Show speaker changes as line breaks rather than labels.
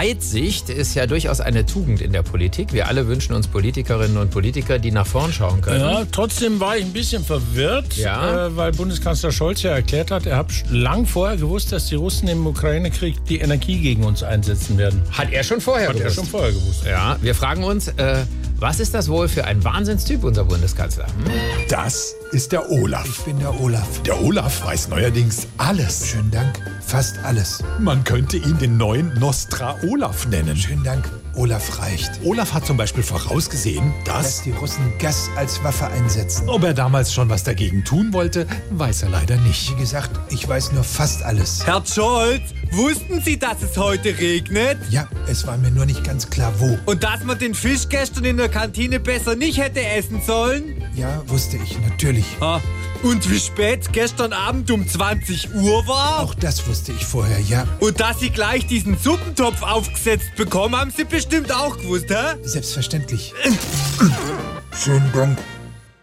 Weitsicht ist ja durchaus eine Tugend in der Politik. Wir alle wünschen uns Politikerinnen und Politiker, die nach vorn schauen können.
Ja, trotzdem war ich ein bisschen verwirrt,
Ja.
äh, weil Bundeskanzler Scholz ja erklärt hat, er hat lang vorher gewusst, dass die Russen im Ukraine-Krieg die Energie gegen uns einsetzen werden.
Hat er schon vorher
Hat er
gewusst.
schon vorher gewusst.
Ja, wir fragen uns, äh, was ist das wohl für ein Wahnsinnstyp, unser Bundeskanzler? Hm?
Das ist der Olaf.
Ich bin der Olaf.
Der Olaf weiß neuerdings alles.
Schönen Dank. Fast alles.
Man könnte ihn den neuen Nostra-Olaf nennen.
Schönen Dank. Olaf reicht.
Olaf hat zum Beispiel vorausgesehen,
Dass
dass...
die Russen Gas als Waffe einsetzen.
Ob er damals schon was dagegen tun wollte, weiß er leider nicht.
Wie gesagt, ich weiß nur fast alles.
Herr Scholz, wussten Sie, dass es heute regnet?
Ja, es war mir nur nicht ganz klar, wo.
Und dass man den Fisch gestern in der Kantine besser nicht hätte essen sollen?
Ja, wusste ich, natürlich.
Ah, Und wie spät gestern Abend um 20 Uhr war?
Auch das wusste ich vorher, ja.
Und dass Sie gleich diesen Suppentopf aufgesetzt bekommen, haben Sie bestimmt auch gewusst, hä?
Selbstverständlich. Schönen Dank.